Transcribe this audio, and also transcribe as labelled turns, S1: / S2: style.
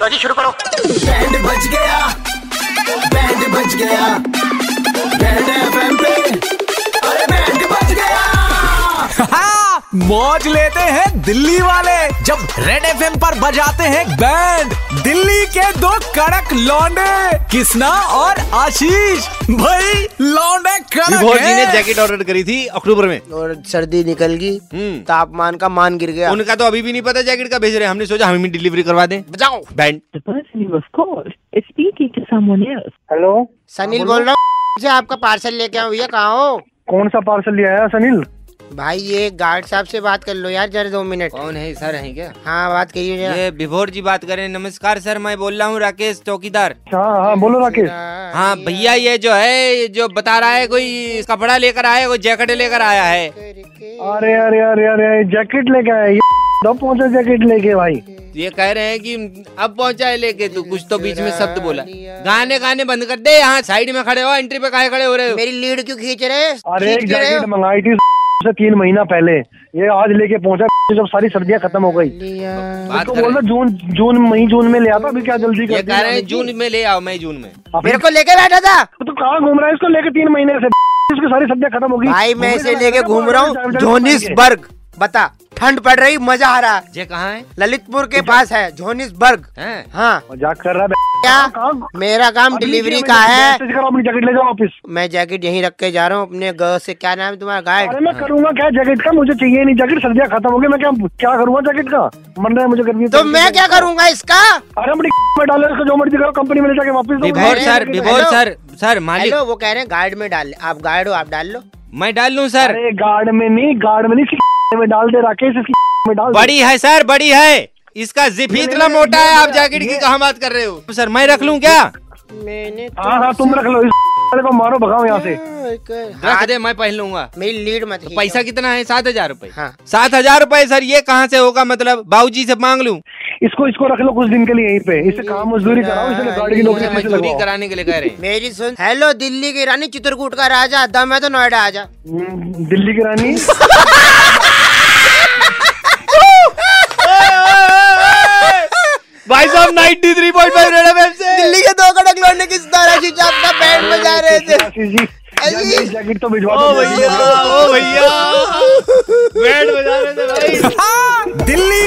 S1: लो जी शुरू करो
S2: बैंड बज गया बैंड बज गया बैंड एफएम पे अरे बैंड बज गया
S3: हाँ, मौज लेते हैं दिल्ली वाले जब रेड एफ पर बजाते हैं बैंड दिल्ली के दो कड़क लौंडे किसना और आशीष भाई लौंडे
S4: विभोर
S3: कड़क
S4: जी ने
S3: हैं।
S4: जैकेट ऑर्डर करी थी अक्टूबर में
S5: और सर्दी निकल गई तापमान का मान गिर गया
S4: उनका तो अभी भी नहीं पता जैकेट का भेज रहे हैं। हमने सोचा हम ही डिलीवरी करवा दें बजाओ band
S6: The person you have called is speaking to someone else.
S7: Hello
S5: Sunil बोल रहा हूँ से आपका पार्सल लेके आऊँ भैया कहाँ हो
S7: कौन सा पार्सल लिया है सुनील
S5: भाई ये गार्ड साहब से बात कर लो यार जरा दो मिनट
S8: कौन है सर है क्या
S5: हाँ बात करिए जरा
S8: ये विभोर जी बात कर रहे हैं नमस्कार सर मैं बोल रहा हूँ राकेश चौकीदार
S7: हाँ हाँ बोलो राकेश
S8: हाँ भैया ये जो है ये जो बता रहा है कोई कपड़ा लेकर आया है कोई जैकेट लेकर आया है
S7: अरे अरे अरे अरे जैकेट लेके आया ये कब पहुंचा जैकेट लेके भाई
S8: ये कह रहे हैं कि अब पहुंचा है लेके तू कुछ तो बीच में शब्द बोला गाने गाने बंद कर दे यहाँ साइड में खड़े हो एंट्री पे काहे खड़े हो रहे हो
S5: मेरी लीड क्यों खींच रहे
S7: अरे एक
S5: खींच रहे
S7: जैकेट
S5: हो?
S7: मंगाई थी से तीन महीना पहले ये आज लेके पहुंचा जब सारी सर्दियां खत्म हो गई
S5: लिया।
S8: बात
S7: तो
S8: कर
S7: बोल
S8: रहे
S7: रहे जून जून मई जून में ले आता अभी क्या जल्दी
S8: हैं। ये
S7: कर
S8: कह रहे हैं जून में ले आओ मैं जून में
S5: मेरे को लेके बैठा था
S7: तो कहाँ घूम रहा है इसको लेके तीन महीने से इसकी सारी सर्दियां खत्म हो गई
S5: भाई मैं इसे
S7: घूमने
S5: लेके
S7: लगा,
S5: घूम
S7: बोल
S5: रहा
S7: टाइम
S5: हूँ
S7: टाइम पे जाएंगे।
S5: जोनिसबर्ग बता ठंड पड़ रही मजा आ रहा है।
S8: ये कहाँ है
S5: ललितपुर के पास है जोनिसबर्ग
S8: हैं?
S5: हाँ
S7: मजाक कर रहा है
S5: क्या
S7: कहाँ-
S5: मेरा काम
S7: अभी
S5: डिलीवरी
S7: ये
S5: का
S7: मैं-
S5: है
S7: मैसेज करो अपनी जैकेट ले जाओ वापस
S5: मैं जैकेट यहीं रख के जा रहा हूँ अपने ग से क्या नाम है तुम्हारा
S7: अरे
S5: गाइड
S7: मैं करूंगा क्या जैकेट का मुझे चाहिए नहीं जैकेट सर्दियां खत्म हो गई मैं क्या क्या करूंगा जैकेट का मन रहा है मुझे गर्मी
S5: तो मैं क्या करूँगा इसका
S7: अरे अपनी में डालो इसको जो मर्जी करो कंपनी में ले जाके वापस दो
S8: विभोर
S5: अरे,
S8: sir Vibhor
S5: hello.
S8: Sir sir मालिक
S5: हेलो वो कह रहे हैं गार्ड में डाल ले। आप गार्ड हो आप डाल लो
S8: मैं डाल लूँ सर
S7: अरे गार्ड में नहीं गार्ड में नहीं इसकी में डाल दे राकेश इसकी में डाल दे।
S8: बड़ी है सर बड़ी है इसका जिप ही इतना मोटा है आप जैकेट की
S7: ये-
S8: कहा बात कर रहे हो सर मैं रख लूं क्या
S5: मैंने
S7: हाँ हाँ तुम रख लो इस वाले को मारो भगाओ यहाँ से
S8: रख दे मैं पहन लूंगा
S5: मेरी लीड मत खींचो।
S8: पैसा कितना हाँ। है सात हजार रूपए
S5: हाँ।
S8: सात हजार रूपए सर ये कहाँ से होगा मतलब बाबूजी से मांग लूं
S7: इसको इसको रख लो कुछ दिन के लिए यहीं पे इससे काम मजदूरी कराओ इसलिए गार्ड की नौकरी
S8: मुझे
S7: कैसे
S8: मजदूरी
S7: लगाओ
S8: कराने के लिए कह रहे हैं
S5: मेरी सुन हेलो दिल्ली की रानी चित्रकूट का राजा दम है तो नोएडा आजा
S7: हम्म, दिल्ली की रानी
S8: भाई साहब ninety three point five red
S5: Delhi के दो कड़क लौटने किस तरह की आपका बैंड बजा रहे थे
S7: आशीष जी यार, मेरी जैकेट तो भिजवा
S4: ओ
S7: दो
S4: भैया ओ भैया बैंड बजा रहे थे भाई
S3: हाँ, दिल्ली